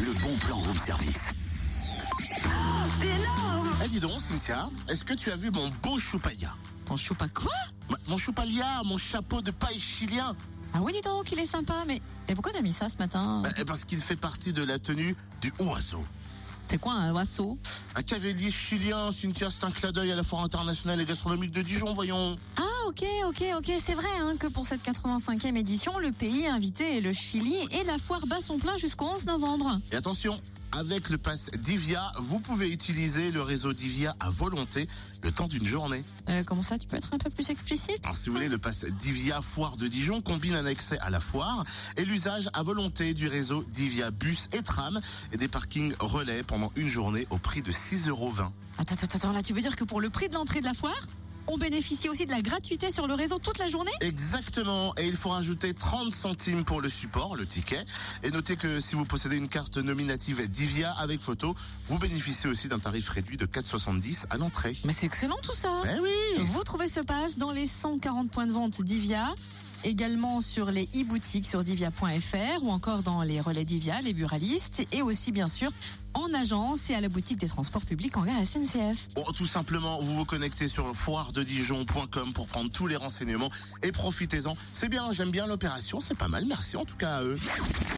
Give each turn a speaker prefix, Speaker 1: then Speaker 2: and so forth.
Speaker 1: le bon plan room service.
Speaker 2: C'est énorme
Speaker 1: Eh dis donc, Cynthia, est-ce que tu as vu mon beau choupaya
Speaker 3: Ton choupa quoi
Speaker 1: Ma- Mon choupalia, mon chapeau de paille chilien
Speaker 3: Ah oui, dis donc, il est sympa, mais. Et pourquoi t'as mis ça ce matin
Speaker 1: Bah, eh, Parce qu'il fait partie de la tenue du oiseau.
Speaker 3: C'est quoi un oiseau
Speaker 1: Un cavalier chilien, Cynthia, c'est un clin d'œil à la foire internationale et gastronomique de Dijon, voyons.
Speaker 3: Ah, ok, ok, ok. C'est vrai hein, que pour cette 85e édition, le pays invité est le Chili et la foire bat son plein jusqu'au 11 novembre.
Speaker 1: Et attention, avec le pass Divia, vous pouvez utiliser le réseau Divia à volonté le temps d'une journée.
Speaker 3: Euh, comment ça, tu peux être un peu plus explicite
Speaker 1: Alors, si vous voulez, le pass Divia Foire de Dijon combine un accès à la foire et l'usage à volonté du réseau Divia Bus et Tram et des parkings relais pendant une journée au prix de 6,20 euros.
Speaker 3: Attends, attends, attends, là, tu veux dire que pour le prix de l'entrée de la foire, on bénéficie aussi de la gratuité sur le réseau toute la journée
Speaker 1: Exactement, et il faut rajouter 30 centimes pour le support, le ticket. Et notez que si vous possédez une carte nominative Divia avec photo, vous bénéficiez aussi d'un tarif réduit de 4,70 à l'entrée.
Speaker 3: Mais c'est excellent tout ça
Speaker 1: Eh oui
Speaker 3: Vous trouvez ce pass dans les 140 points de vente d'Ivia, également sur les e-boutiques sur divia.fr ou encore dans les relais d'Ivia, les buralistes et aussi bien sûr en agence et à la boutique des transports publics en gare SNCF.
Speaker 1: Bon, tout simplement, vous vous connectez sur foirededijon.com pour prendre tous les renseignements et profitez-en. C'est bien, j'aime bien l'opération, c'est pas mal, merci en tout cas à eux.